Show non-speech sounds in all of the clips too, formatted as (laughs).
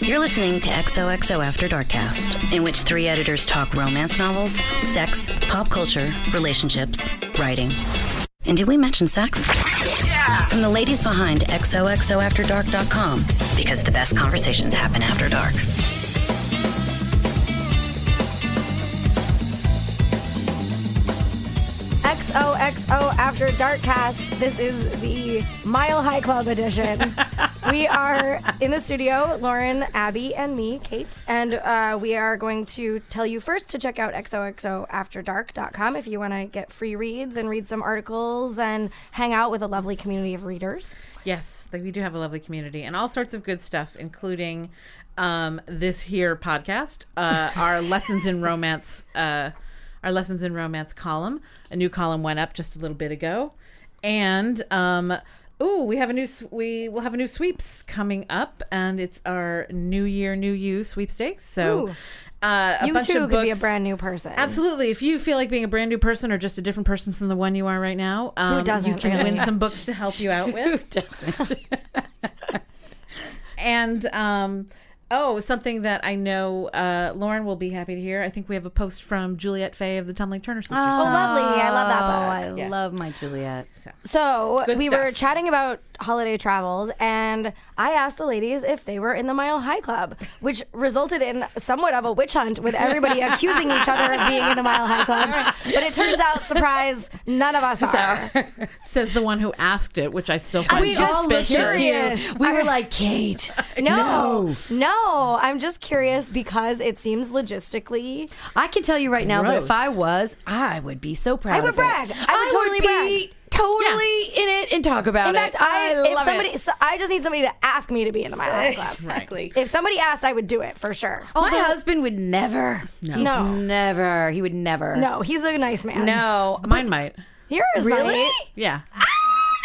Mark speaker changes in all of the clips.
Speaker 1: You're listening to XOXO After Darkcast, in which three editors talk romance novels, sex, pop culture, relationships, writing. And did we mention sex? Yeah! From the ladies behind XOXOAfterdark.com, because the best conversations happen after dark.
Speaker 2: XOXO After Darkcast. This is the Mile High Club
Speaker 3: (laughs)
Speaker 2: edition. we are in the studio, Lauren, Abby, and me, Kate, and uh, we are going to tell you first to check out XOXOAfterdark.com if you want to get free reads and read some articles and hang out with a lovely community of readers.
Speaker 3: Yes, like we do have a lovely community and all sorts of good stuff, including um, this here podcast, uh,
Speaker 2: (laughs)
Speaker 3: our lessons in romance, uh, our lessons in romance column. A new column went up just a little bit ago, and um, ooh, we have a new s- we will have a new sweeps coming up, and it's our New Year, New You sweepstakes. So.
Speaker 2: Ooh.
Speaker 3: Uh, a
Speaker 2: you
Speaker 3: bunch
Speaker 2: too
Speaker 3: of
Speaker 2: could be a
Speaker 3: books-
Speaker 2: brand new person.
Speaker 3: Absolutely. If you feel like being a brand new person or just a different person from the one you are right now, um, you
Speaker 2: doesn't,
Speaker 3: can
Speaker 2: really?
Speaker 3: win some books to help
Speaker 2: (laughs)
Speaker 3: you out with. (laughs) and um, oh, something that I know uh, Lauren will be happy to hear. I think we have a post from Juliet Fay of the Tumbling Turner Sisters.
Speaker 2: Oh, lovely. I love that book.
Speaker 4: Oh, I love my Juliet.
Speaker 2: So
Speaker 3: Good
Speaker 2: we
Speaker 3: stuff.
Speaker 2: were chatting about holiday travels, and I asked the ladies if they were in the Mile High Club, which resulted in somewhat of a witch hunt with
Speaker 4: (laughs)
Speaker 2: everybody accusing each other of being in the Mile High Club. But it turns out, surprise, none of us
Speaker 4: (laughs)
Speaker 2: are.
Speaker 3: Says the one who asked it, which I still find
Speaker 4: We all looked at
Speaker 2: curious.
Speaker 4: you. We were like, Kate.
Speaker 2: (laughs) No, no, I'm just curious because it seems logistically.
Speaker 4: I can tell you right now that
Speaker 3: Gross.
Speaker 4: if I was, I would be so proud.
Speaker 2: I would
Speaker 4: of it.
Speaker 2: brag. I would totally
Speaker 4: be totally in it and talk about
Speaker 2: In fact,
Speaker 4: it.
Speaker 2: I, if
Speaker 4: love (laughs)
Speaker 2: somebody,
Speaker 4: it.
Speaker 2: So I just need somebody to ask me to be in the Mile High
Speaker 4: (laughs)
Speaker 2: Club.
Speaker 4: exactly.
Speaker 2: If somebody asked, I would do it for sure.
Speaker 4: My husband would never. No. He's
Speaker 2: No.
Speaker 4: never. He would never.
Speaker 2: No, he's a nice man.
Speaker 4: No.
Speaker 3: Mine might.
Speaker 2: here is my-
Speaker 4: Really?
Speaker 3: Yeah.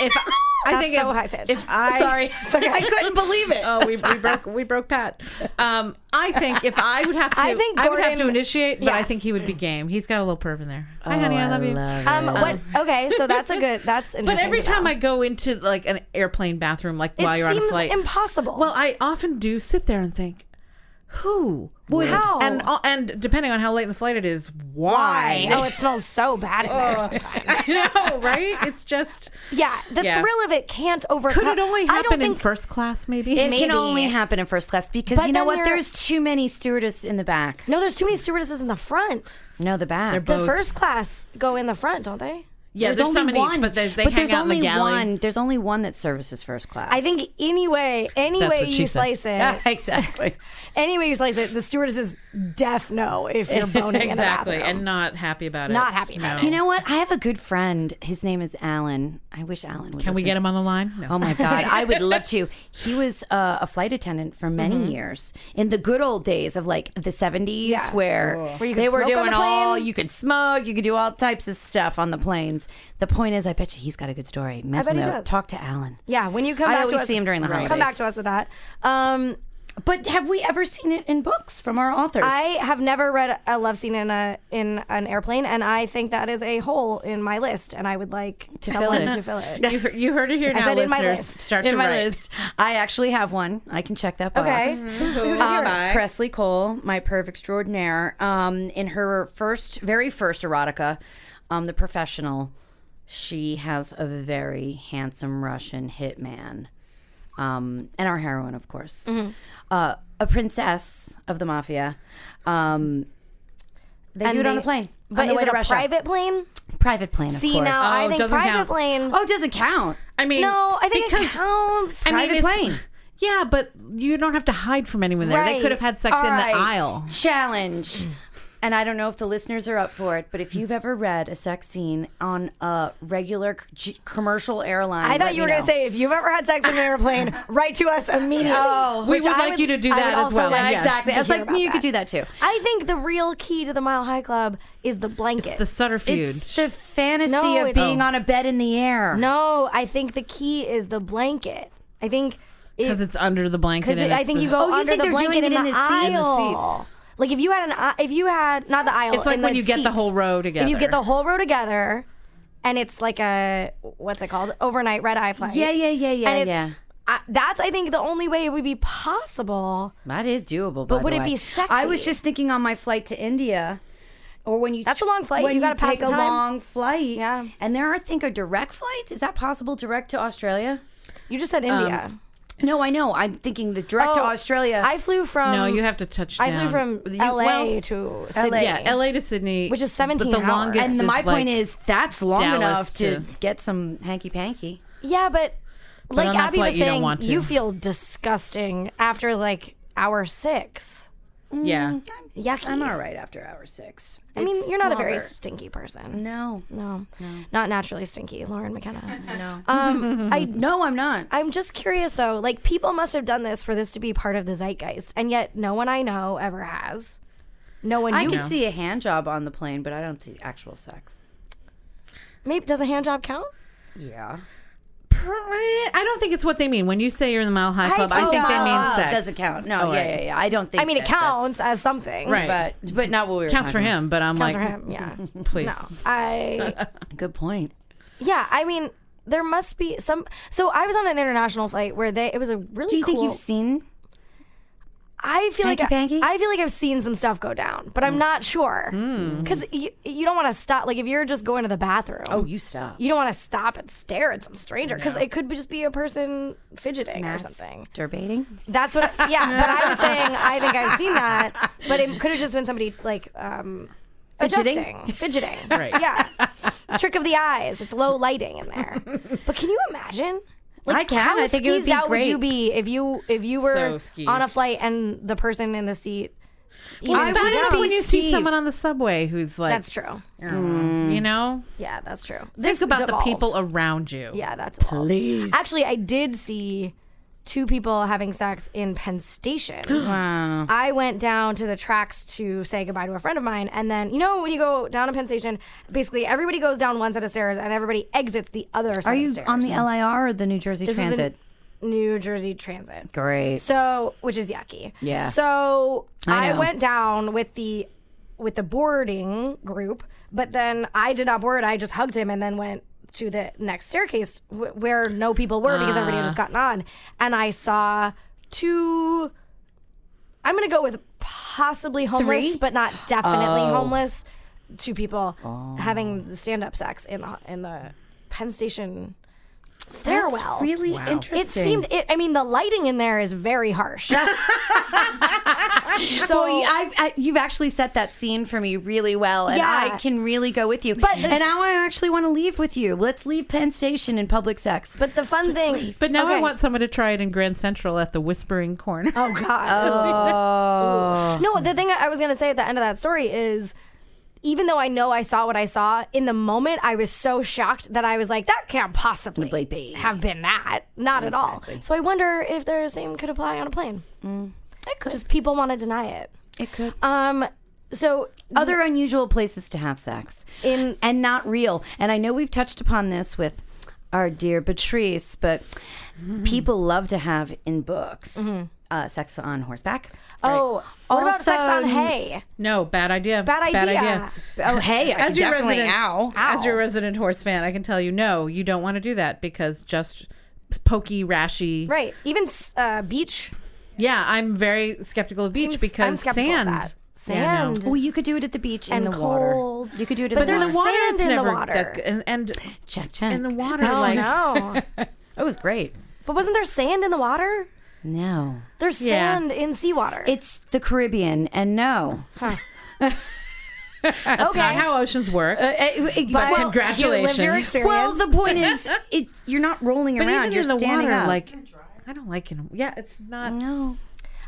Speaker 3: if I,
Speaker 2: That's
Speaker 3: think
Speaker 2: so
Speaker 3: if-
Speaker 2: high pitched.
Speaker 3: If I
Speaker 4: (laughs) Sorry. I couldn't believe it.
Speaker 3: Oh, we, we broke we broke Pat. Um, I think if I would have
Speaker 2: (laughs)
Speaker 3: to,
Speaker 2: I think
Speaker 3: I would have
Speaker 2: Gordon-
Speaker 3: to initiate, but
Speaker 2: Yeah. Oh,
Speaker 3: I think he would be game. He's got a little perv in there. Hi, honey, I love you.
Speaker 2: Um, what? Okay, so that's
Speaker 3: (laughs)
Speaker 2: a good. That's interesting.
Speaker 3: But every
Speaker 2: to know.
Speaker 3: time I go into like an airplane bathroom, like while
Speaker 2: it
Speaker 3: you're on a
Speaker 2: seems
Speaker 3: flight,
Speaker 2: impossible.
Speaker 3: Well, I often do sit there and think, who would?
Speaker 2: How?
Speaker 3: And and depending on how late in the flight it is, why?
Speaker 2: oh, it smells so bad in there sometimes.
Speaker 3: (laughs) I know, right? It's just
Speaker 2: Yeah, the
Speaker 3: Yeah.
Speaker 2: thrill of it can't overcome.
Speaker 3: could it only
Speaker 2: I don't
Speaker 3: happen in
Speaker 2: think
Speaker 3: first class? Maybe
Speaker 4: It
Speaker 2: Maybe.
Speaker 4: can only happen in first class because
Speaker 2: But
Speaker 4: you know
Speaker 2: then
Speaker 4: what?
Speaker 2: you're-
Speaker 4: There's too many stewardess in the back.
Speaker 2: No, there's too many stewardesses in the front.
Speaker 4: No, the back.
Speaker 3: They're both-
Speaker 2: The first class go in the front, don't they?
Speaker 3: yeah, there's, so many, each, but they, they hang
Speaker 4: there's
Speaker 3: out
Speaker 4: only
Speaker 3: in the galley.
Speaker 4: one. There's only one that services first class.
Speaker 2: I think any way, any
Speaker 3: That's
Speaker 2: way
Speaker 3: what she
Speaker 2: you
Speaker 3: said. Ah.
Speaker 2: slice
Speaker 4: (laughs) Yeah,
Speaker 2: it,
Speaker 4: exactly.
Speaker 2: any way you slice it, the stewardesses def no if you're boning
Speaker 3: Exactly,
Speaker 2: in the
Speaker 3: and
Speaker 2: bathroom.
Speaker 3: not happy about it.
Speaker 2: Not happy about it.
Speaker 4: you know what? I have a good friend. His name is Alan. I wish Alan would.
Speaker 3: Can we
Speaker 4: listen
Speaker 3: get
Speaker 4: to-
Speaker 3: him on the line? No.
Speaker 4: Oh my God, I
Speaker 3: (laughs)
Speaker 4: would love to. He was uh, a flight attendant for many
Speaker 2: Mm-hmm.
Speaker 4: years in the good old days of like the 70s
Speaker 2: Yeah.
Speaker 4: where,
Speaker 2: Where you could
Speaker 4: they were
Speaker 2: smoke on
Speaker 4: doing
Speaker 2: the
Speaker 4: all,
Speaker 2: plane.
Speaker 4: you could smoke, you could do all types of stuff on the planes. The point is, I bet you he's got a good story. Mental
Speaker 2: bet he
Speaker 4: note,
Speaker 2: does.
Speaker 4: talk to Alan.
Speaker 2: Yeah, when you come
Speaker 4: I
Speaker 2: back
Speaker 4: always
Speaker 2: to us,
Speaker 4: see him during the
Speaker 2: Come
Speaker 4: holidays.
Speaker 2: back to us with that. Um,
Speaker 4: But have we ever seen it in books from our authors?
Speaker 2: I have never read a love scene in a in an airplane, and I think that is a hole in my list, and I would like to
Speaker 4: fill
Speaker 2: fill it.
Speaker 4: it.
Speaker 2: To fill it.
Speaker 3: You, he- you heard
Speaker 2: (laughs)
Speaker 3: it here now,
Speaker 2: said in my
Speaker 3: listeners.
Speaker 2: list.
Speaker 3: Start
Speaker 4: in
Speaker 3: to
Speaker 4: my
Speaker 3: write. (laughs)
Speaker 4: list. I actually have one. I can check that box.
Speaker 2: Okay. Who's doing
Speaker 4: Um,
Speaker 2: yours?
Speaker 4: Presley Cole, my perv extraordinaire, um, in her first, very first erotica, um, The Professional, she has a very handsome Russian hitman. Um, and our heroine, of course,
Speaker 2: Mm-hmm.
Speaker 4: uh, a princess of the mafia. Um, they do it on
Speaker 2: they-
Speaker 4: a plane.
Speaker 2: But
Speaker 4: on the
Speaker 2: is
Speaker 4: way
Speaker 2: it
Speaker 4: to
Speaker 2: a
Speaker 4: Russia.
Speaker 2: private plane?
Speaker 4: private plane? Of
Speaker 2: See,
Speaker 4: course.
Speaker 2: now I
Speaker 3: Oh,
Speaker 2: think
Speaker 3: doesn't
Speaker 2: private
Speaker 3: count.
Speaker 2: plane.
Speaker 4: oh, it doesn't count.
Speaker 3: I mean,
Speaker 2: no, I think
Speaker 3: because
Speaker 2: it counts.
Speaker 3: I mean,
Speaker 4: Private
Speaker 3: it's-
Speaker 4: plane.
Speaker 3: Yeah, but you don't have to hide from anyone there. They
Speaker 2: Right.
Speaker 3: could have had sex in
Speaker 4: All right.
Speaker 3: the aisle. Mm.
Speaker 4: Challenge. And I don't know if the listeners are up for it, but if you've ever read a sex scene on a regular c- g- commercial airline,
Speaker 2: I
Speaker 4: let
Speaker 2: thought you
Speaker 4: me
Speaker 2: were going
Speaker 4: know.
Speaker 2: to say if you've ever had sex in an airplane, write to us immediately.
Speaker 4: Oh,
Speaker 3: We
Speaker 2: Which
Speaker 3: would
Speaker 2: I
Speaker 3: like you to do
Speaker 2: I
Speaker 3: that
Speaker 2: would
Speaker 3: as
Speaker 2: also
Speaker 3: well,
Speaker 2: like "Mm,
Speaker 4: yeah,
Speaker 3: yes.
Speaker 4: exactly. I was
Speaker 2: hear
Speaker 4: like,
Speaker 2: about
Speaker 4: you
Speaker 2: that.
Speaker 4: could do that too.
Speaker 2: I think the real key to the Mile High Club is the blanket.
Speaker 3: The subterfuge.
Speaker 4: It's the fantasy
Speaker 2: No,
Speaker 4: of
Speaker 2: it's-
Speaker 4: being
Speaker 2: Oh.
Speaker 4: on a bed in the air.
Speaker 2: no, I think the key is the blanket. I think
Speaker 3: because it's under the blanket.
Speaker 2: Because
Speaker 3: and
Speaker 2: I
Speaker 3: it's
Speaker 2: think
Speaker 3: the-
Speaker 2: you go
Speaker 4: Oh, you
Speaker 2: under
Speaker 4: think
Speaker 2: the
Speaker 4: they're
Speaker 2: blanket
Speaker 4: doing it
Speaker 2: in,
Speaker 4: in
Speaker 2: the,
Speaker 4: the seat? In the
Speaker 2: aisle. like if you had an, aisle- if you had not the aisle.
Speaker 3: It's like
Speaker 2: in
Speaker 3: when
Speaker 2: the
Speaker 3: you get the
Speaker 2: seats.
Speaker 3: whole row
Speaker 2: If you
Speaker 3: together.
Speaker 2: get the whole row together, and it's like a what's it called? Overnight red eye flight.
Speaker 4: Yeah, yeah, yeah, yeah,
Speaker 2: And it's-
Speaker 4: yeah.
Speaker 2: I, that's I think the only way it would be possible.
Speaker 4: That is doable.
Speaker 2: But
Speaker 4: by
Speaker 2: would
Speaker 4: the
Speaker 2: it
Speaker 4: way.
Speaker 2: be sexy?
Speaker 4: I was just thinking on my flight to India, or when you
Speaker 2: That's a long flight.
Speaker 4: When
Speaker 2: You gotta pass
Speaker 4: take
Speaker 2: the
Speaker 4: a
Speaker 2: time.
Speaker 4: long flight.
Speaker 2: Yeah.
Speaker 4: and there are I think are direct flights. Is that possible? Direct to Australia?
Speaker 2: You just said
Speaker 3: Um,
Speaker 2: India.
Speaker 4: No, I know. I'm thinking the direct to
Speaker 2: Oh,
Speaker 4: Australia.
Speaker 2: I flew from.
Speaker 3: no, you have to touch
Speaker 2: I
Speaker 3: down.
Speaker 2: flew from
Speaker 3: You-
Speaker 2: LA
Speaker 3: well,
Speaker 2: to Sydney.
Speaker 3: Yeah, LA to Sydney,
Speaker 2: Which is
Speaker 3: but
Speaker 2: 17
Speaker 3: The
Speaker 2: hours.
Speaker 3: longest,
Speaker 4: and
Speaker 2: this
Speaker 4: my
Speaker 3: is
Speaker 4: point
Speaker 3: like-
Speaker 4: is that's long
Speaker 3: Dallas
Speaker 4: enough to,
Speaker 3: to-
Speaker 4: get some hanky panky.
Speaker 2: Yeah, but, like
Speaker 3: on that
Speaker 2: Abby
Speaker 3: flight,
Speaker 2: was
Speaker 3: you don't
Speaker 2: saying, you,
Speaker 3: want to.
Speaker 2: feel disgusting after like hour six.
Speaker 3: yeah,
Speaker 2: Yucky.
Speaker 4: I'm all right after hour six.
Speaker 2: I mean,
Speaker 4: It's
Speaker 2: you're not a very
Speaker 4: longer.
Speaker 2: stinky person.
Speaker 4: no,
Speaker 2: No,
Speaker 4: (laughs)
Speaker 2: not naturally stinky, Lauren McKenna.
Speaker 4: no,
Speaker 2: Um, I
Speaker 4: (laughs) no. I'm not.
Speaker 2: I'm just curious though. Like people must have done this for this to be part of the zeitgeist, and yet no one I know ever has. No one
Speaker 4: I
Speaker 2: you
Speaker 4: could see a hand job on the plane, but I don't see actual sex.
Speaker 2: maybe does a hand job count?
Speaker 4: Yeah.
Speaker 3: I don't think it's what they mean when you say you're in the Mile High Club. I,
Speaker 2: think
Speaker 3: think they
Speaker 2: that
Speaker 3: mean sex.
Speaker 4: Oh, ah, Doesn't count. No,
Speaker 3: Oh,
Speaker 4: yeah,
Speaker 3: right.
Speaker 4: yeah, yeah. I don't think.
Speaker 2: I mean, it
Speaker 4: that that's-
Speaker 2: counts as something.
Speaker 3: Right.
Speaker 4: but but not what we were.
Speaker 3: counts for
Speaker 4: talking
Speaker 3: him, but I'm
Speaker 2: Counts for
Speaker 3: like,
Speaker 2: him.
Speaker 4: (laughs)
Speaker 2: Yeah.
Speaker 3: please.
Speaker 2: No. I
Speaker 4: about. Good point.
Speaker 2: Yeah, I mean, there must be some. So I was on an international flight where they. It was a really.
Speaker 4: Do you think
Speaker 2: cool-
Speaker 4: you've seen?
Speaker 2: I feel like
Speaker 4: Hanky-panky?
Speaker 2: I, feel like I've seen some stuff go down, but
Speaker 4: Hmm.
Speaker 2: I'm not sure because you, you don't want to stop. Like if you're just going to the bathroom.
Speaker 4: Oh, you stop.
Speaker 2: You don't want to stop and stare at some stranger because it could be- just be a person fidgeting or something.
Speaker 4: Masturbating.
Speaker 2: That's
Speaker 3: (laughs)
Speaker 2: what. Yeah, but I was saying I think I've seen that, but it could have just been somebody like um,
Speaker 4: Fidgeting?
Speaker 2: adjusting, fidgeting.
Speaker 3: (laughs) Right.
Speaker 2: Yeah. Trick of the eyes. It's low lighting in there. But can you imagine?
Speaker 4: I can.
Speaker 2: How
Speaker 4: I think it would
Speaker 2: skeezed
Speaker 4: be
Speaker 2: out
Speaker 4: great.
Speaker 2: would you be if you if you were
Speaker 3: So skeezed.
Speaker 2: on a flight and the person in the seat? even
Speaker 4: I
Speaker 2: if
Speaker 3: It's
Speaker 2: you
Speaker 3: bad
Speaker 4: would
Speaker 2: don't-
Speaker 3: enough
Speaker 4: be
Speaker 3: when you see
Speaker 4: skeeved.
Speaker 3: someone on the subway who's like,
Speaker 2: That's true.
Speaker 3: you know,
Speaker 2: Yeah, that's true.
Speaker 3: think about the people around you.
Speaker 2: Yeah, that's evolved.
Speaker 4: Please.
Speaker 2: Actually, I did see two people having sex in Penn Station.
Speaker 4: (gasps) Wow.
Speaker 2: I went down to the tracks to say goodbye to a friend of mine. And then, you know, when you go down to Penn Station, basically everybody goes down one set of stairs and everybody exits the other side
Speaker 4: Are you
Speaker 2: of stairs.
Speaker 4: on the LIR or the New Jersey
Speaker 2: This is the
Speaker 4: Transit?
Speaker 2: New Jersey Transit.
Speaker 4: Great.
Speaker 2: So, which is yucky.
Speaker 4: Yeah.
Speaker 2: So
Speaker 4: I
Speaker 2: I,
Speaker 4: know.
Speaker 2: went down with the with the boarding group, but then I did not board. I just hugged him and then went to the next staircase w- where no people were because everybody had
Speaker 4: Ah.
Speaker 2: just gotten on, and I saw two. I'm gonna go with possibly homeless,
Speaker 4: Three? Oh.
Speaker 2: but not definitely homeless. Two people having stand up sex in the in the Penn Station stairwell.
Speaker 4: That's really interesting.
Speaker 2: It seemed. It, I mean, the lighting in there is very
Speaker 4: (laughs)
Speaker 2: harsh. so
Speaker 4: Well, Oh, I've, I, you've actually set that scene for me really well, and
Speaker 2: Yeah.
Speaker 4: I can really go with you.
Speaker 2: But the-
Speaker 4: and now I actually want to leave with you. Let's leave Penn Station and public sex.
Speaker 2: but the fun thing.
Speaker 3: But now I
Speaker 2: Okay.
Speaker 3: want someone to try it in Grand Central at the Whispering Corner.
Speaker 2: Oh God. Oh.
Speaker 4: (laughs)
Speaker 2: No, the thing I was gonna say at the end of that story is. Even though I know I saw what I saw in the moment, I was so shocked that I was like, "That can't possibly
Speaker 4: Probably be.
Speaker 2: have been that, not at all." So I wonder if the same could apply on a plane. Mm. It could. Just people want to deny it.
Speaker 4: It could.
Speaker 2: Um. So
Speaker 4: Other unusual places to have sex,
Speaker 2: In-
Speaker 4: and not real. And I know we've touched upon this with our dear Patrice, but people love to have in books uh, sex on horseback.
Speaker 2: oh, what about sex on
Speaker 4: Also-
Speaker 2: hay?
Speaker 3: (laughs) No, bad idea.
Speaker 2: Bad
Speaker 3: Bad
Speaker 2: idea.
Speaker 3: idea.
Speaker 4: Oh, hey, I
Speaker 3: As
Speaker 4: can
Speaker 3: your
Speaker 4: definitely
Speaker 3: resident,
Speaker 4: ow.
Speaker 3: as your resident horse fan, I can tell you, no, you don't want to do that because just pokey, rashy.
Speaker 2: Right. Even s- uh, beach.
Speaker 3: Yeah, I'm very skeptical of beach
Speaker 2: Seems- I'm
Speaker 3: because
Speaker 2: skeptical of
Speaker 3: sand.
Speaker 2: that.
Speaker 3: Yeah, no.
Speaker 2: Sand.
Speaker 4: Well, you could do it at the beach
Speaker 2: And
Speaker 4: in the
Speaker 2: cold.
Speaker 4: water. You could do it,
Speaker 2: But
Speaker 4: in the
Speaker 2: there's
Speaker 4: water.
Speaker 3: The water
Speaker 2: Sand
Speaker 3: it's
Speaker 2: in the
Speaker 3: never
Speaker 2: water.
Speaker 3: that- and, and
Speaker 4: check check
Speaker 3: in the water
Speaker 2: Oh
Speaker 3: like (laughs)
Speaker 2: no!
Speaker 4: It was great.
Speaker 2: but wasn't there sand in the water?
Speaker 4: No.
Speaker 2: There's
Speaker 3: Yeah.
Speaker 2: sand in seawater.
Speaker 4: It's the Caribbean, and no.
Speaker 3: that's not how oceans work.
Speaker 4: but,
Speaker 3: well, congratulations.
Speaker 2: You lived your experience.
Speaker 4: well, the point (laughs) is, it, you're not rolling
Speaker 3: but even
Speaker 4: around. you're
Speaker 3: in the
Speaker 4: standing
Speaker 3: water,
Speaker 4: up. Mm.
Speaker 3: like I don't like it. Yeah, it's not.
Speaker 4: no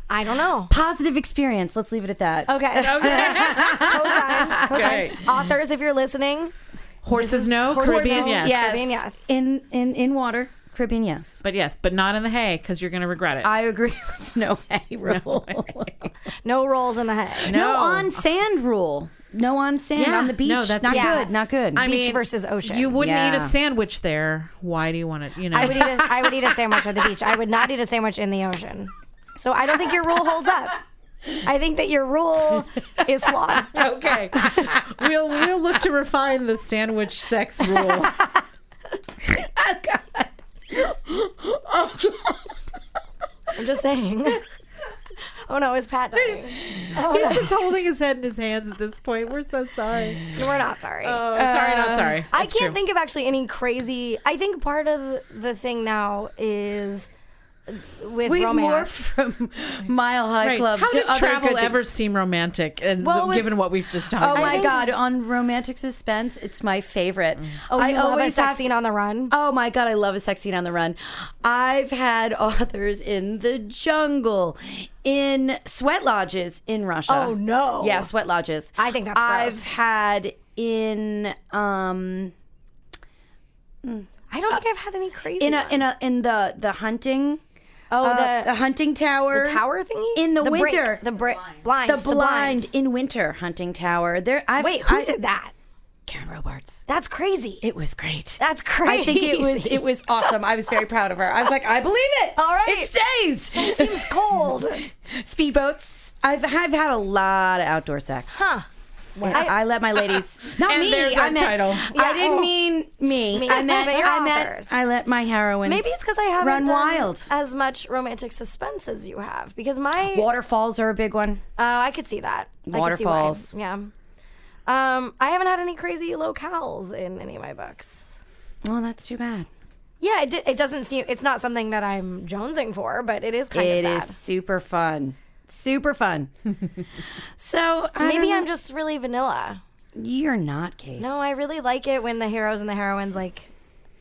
Speaker 2: I don't know.
Speaker 4: positive experience. Let's leave it at that.
Speaker 2: Okay. (laughs) Cosign. Cosign.
Speaker 3: Okay.
Speaker 2: Authors, if you're listening,
Speaker 3: Horses, no.
Speaker 2: horses,
Speaker 3: Caribbean,
Speaker 2: no.
Speaker 3: yes.
Speaker 2: Yeah. Caribbean, yes.
Speaker 4: In in in water, Caribbean, yes.
Speaker 3: But yes, but not in the hay because you're going to regret it.
Speaker 4: I agree. (laughs) with no hay rule. No,
Speaker 2: no rolls in the head.
Speaker 4: on sand rule. No on sand
Speaker 3: Yeah.
Speaker 4: on the beach.
Speaker 3: No, that's-
Speaker 4: not
Speaker 2: Yeah.
Speaker 4: good. Not good.
Speaker 3: I
Speaker 2: Beach
Speaker 3: mean,
Speaker 2: versus ocean.
Speaker 3: You wouldn't eat
Speaker 4: Yeah.
Speaker 3: a sandwich there. Why do you want to? You know,
Speaker 2: I would
Speaker 3: (laughs)
Speaker 2: eat. A, I would eat a sandwich at the beach. I would not eat a sandwich in the ocean. So I don't think your rule holds up. I think that your rule is flawed.
Speaker 3: okay.
Speaker 4: (laughs)
Speaker 3: we'll we'll look to refine the sandwich
Speaker 4: (laughs)
Speaker 3: sex rule.
Speaker 2: I'm just saying. (laughs) oh no, is Pat dying?
Speaker 3: He's just holding his head in his hands at this point. We're so sorry.
Speaker 2: We're not sorry.
Speaker 3: Oh, sorry,
Speaker 4: Um,
Speaker 3: not sorry.
Speaker 2: I
Speaker 3: That's
Speaker 2: can't
Speaker 3: true.
Speaker 2: think of actually any crazy. I think part of the thing now is with
Speaker 4: We've
Speaker 2: romance.
Speaker 4: morphed from (laughs) Mile High
Speaker 3: Right.
Speaker 4: Club
Speaker 3: How
Speaker 4: to
Speaker 3: did
Speaker 4: other
Speaker 3: travel
Speaker 4: good things.
Speaker 3: ever seem romantic? And
Speaker 4: Well,
Speaker 3: th-
Speaker 4: with-
Speaker 3: given what we've just talked
Speaker 4: Oh
Speaker 3: about,
Speaker 4: my
Speaker 2: think- Mm.
Speaker 4: god, on romantic suspense, it's my favorite. Oh,
Speaker 2: I always have
Speaker 4: have to-
Speaker 2: seen on the run.
Speaker 4: Oh my god, I love a sex scene on the run. I've had (laughs) authors in the jungle, in sweat lodges in Russia.
Speaker 2: Oh, no.
Speaker 4: Yeah, sweat lodges.
Speaker 2: I think that's
Speaker 4: I've
Speaker 2: gross.
Speaker 4: had in um
Speaker 2: I don't think I've had any crazy.
Speaker 4: in a in a
Speaker 2: ones.
Speaker 4: in the the hunting
Speaker 2: oh
Speaker 4: uh,
Speaker 2: the,
Speaker 4: the hunting tower
Speaker 2: tower thingy
Speaker 4: in the,
Speaker 2: brick,
Speaker 4: winter
Speaker 2: the brick blind
Speaker 4: the blind in winter hunting tower there I've,
Speaker 2: Wait, who
Speaker 4: I-
Speaker 2: did that?
Speaker 4: Karen Robarts
Speaker 2: That's crazy.
Speaker 4: it was great
Speaker 2: That's crazy.
Speaker 4: I think
Speaker 2: (laughs)
Speaker 4: it was it was awesome. I was very proud of her. I was like, I believe it.
Speaker 2: All right.
Speaker 4: it stays.
Speaker 2: seems cold.
Speaker 4: (laughs) Speedboats. I've I've had a lot of outdoor sex.
Speaker 2: Huh.
Speaker 4: And I, let my ladies. Not
Speaker 3: And
Speaker 4: me.
Speaker 3: there's
Speaker 4: I
Speaker 3: our
Speaker 4: meant,
Speaker 3: title.
Speaker 4: I
Speaker 2: Yeah,
Speaker 4: didn't
Speaker 2: oh.
Speaker 4: mean me.
Speaker 2: Me.
Speaker 4: I meant
Speaker 2: But your
Speaker 4: I meant
Speaker 2: authors.
Speaker 4: I let my heroines.
Speaker 2: Maybe it's because I haven't
Speaker 4: run
Speaker 2: done
Speaker 4: wild.
Speaker 2: as much romantic suspense as you have. Because my
Speaker 4: Waterfalls are a big one.
Speaker 2: Oh, I could see that. I could see why.
Speaker 4: Waterfalls.
Speaker 2: yeah. Um, I haven't had any crazy locales in any of my books.
Speaker 4: Well, that's too bad.
Speaker 2: Yeah, it, di- it doesn't seem. It's not something that I'm jonesing for, but it is kind
Speaker 4: It
Speaker 2: of
Speaker 4: is
Speaker 2: sad.
Speaker 4: super fun. Super fun. so I don't
Speaker 2: Maybe
Speaker 4: know.
Speaker 2: I'm just really vanilla.
Speaker 4: You're not, Kate.
Speaker 2: No, I really like it when the heroes and the heroines like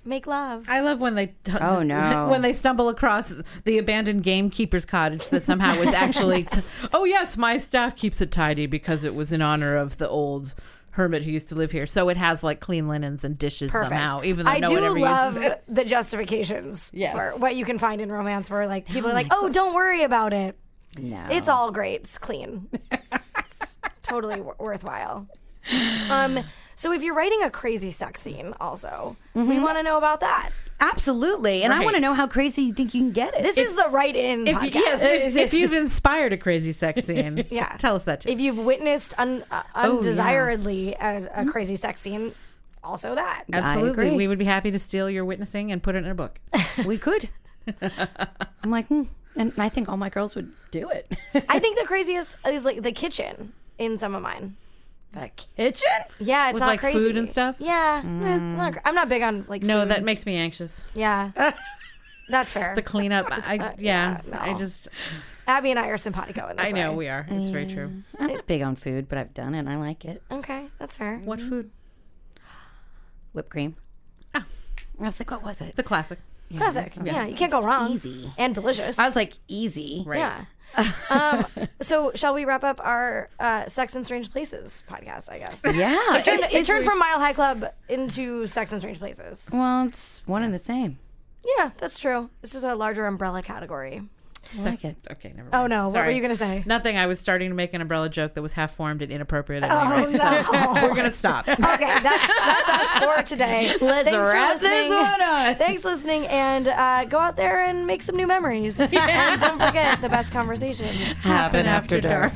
Speaker 2: make love.
Speaker 3: I love (laughs) when they
Speaker 4: Oh, no.
Speaker 3: when they stumble across the abandoned gamekeeper's cottage that somehow was actually
Speaker 2: (laughs)
Speaker 3: t- oh yes my staff keeps it tidy because it was in honor of the old hermit who used to live here so it has like clean linens and dishes
Speaker 2: Perfect.
Speaker 3: somehow even though
Speaker 2: I
Speaker 3: no
Speaker 2: do
Speaker 3: one ever
Speaker 2: love
Speaker 3: uses it.
Speaker 2: the justifications
Speaker 3: Yes.
Speaker 2: for what you can find in romance, where like people are like, "Oh, don't worry about it.
Speaker 4: No.
Speaker 2: It's all great. It's clean. it's totally w- worthwhile." Um, so if you're writing a crazy sex scene, also, we
Speaker 3: Mm-hmm.
Speaker 2: want to know about that.
Speaker 4: Absolutely. And I
Speaker 3: Right.
Speaker 4: want to know how crazy you think you can get it.
Speaker 2: This is the write-in
Speaker 3: If,
Speaker 2: podcast.
Speaker 3: you- yes, if,
Speaker 4: Is
Speaker 3: if
Speaker 4: this-
Speaker 3: you've inspired a crazy sex scene,
Speaker 2: (laughs) Yeah.
Speaker 3: tell us that. too.
Speaker 2: If you've witnessed un- uh,
Speaker 3: yeah. Mm-hmm.
Speaker 2: undesiredly a, a crazy sex scene, also that.
Speaker 3: Absolutely,
Speaker 4: agree.
Speaker 3: we would be happy to steal your witnessing and put it in a book.
Speaker 4: we could. I'm like, hmm. and I think all my girls would do it.
Speaker 2: I
Speaker 4: (laughs)
Speaker 2: think the craziest is like the kitchen in some of mine.
Speaker 4: the kitchen?
Speaker 2: Yeah, it's
Speaker 3: With,
Speaker 2: not
Speaker 3: like,
Speaker 2: crazy.
Speaker 3: food and stuff? Mm.
Speaker 2: Yeah, eh, it's not cr- I'm not big on like.
Speaker 3: No,
Speaker 2: food. (laughs)
Speaker 3: that makes me anxious. (laughs)
Speaker 2: Yeah, that's fair.
Speaker 3: The cleanup, I,
Speaker 2: (laughs)
Speaker 3: yeah, I
Speaker 2: no.
Speaker 3: just,
Speaker 2: Abby and I are simpatico in this.
Speaker 3: I know
Speaker 2: way.
Speaker 3: we are. It's very true.
Speaker 4: I'm not big on food, but I've done it. and I like it.
Speaker 2: Okay, that's fair.
Speaker 3: What food?
Speaker 4: Whipped cream.
Speaker 3: Oh.
Speaker 4: I was like, what was it?
Speaker 3: The classic.
Speaker 2: Classic. Yeah, you can't go wrong.
Speaker 4: easy.
Speaker 2: and delicious.
Speaker 4: I was like, easy.
Speaker 3: Right.
Speaker 2: (laughs) yeah. um, so, shall we wrap up our uh, Sex and Strange Places podcast? I guess.
Speaker 4: Yeah.
Speaker 2: It turned,
Speaker 4: it-
Speaker 2: it
Speaker 4: it's-
Speaker 2: turned from Mile High Club into Sex and Strange Places.
Speaker 4: well, it's one and the same.
Speaker 2: Yeah, that's true. This is a larger umbrella category.
Speaker 4: I like it.
Speaker 3: Okay, never mind.
Speaker 2: Oh no, what were
Speaker 3: Sorry.
Speaker 2: you gonna say?
Speaker 3: Nothing. I was starting to make an umbrella joke that was half formed and inappropriate. At
Speaker 2: Oh, (laughs)
Speaker 3: any rate.
Speaker 2: no.
Speaker 3: So we're
Speaker 2: (laughs)
Speaker 3: gonna stop.
Speaker 2: Okay, that's that's us for today. Thanks
Speaker 4: Let's
Speaker 2: for
Speaker 4: wrap
Speaker 2: listening.
Speaker 4: this one (laughs) up.
Speaker 2: Thanks for listening, and uh, go (laughs) out there and make some new memories. and don't forget the best conversations.
Speaker 4: Happen
Speaker 3: after dark.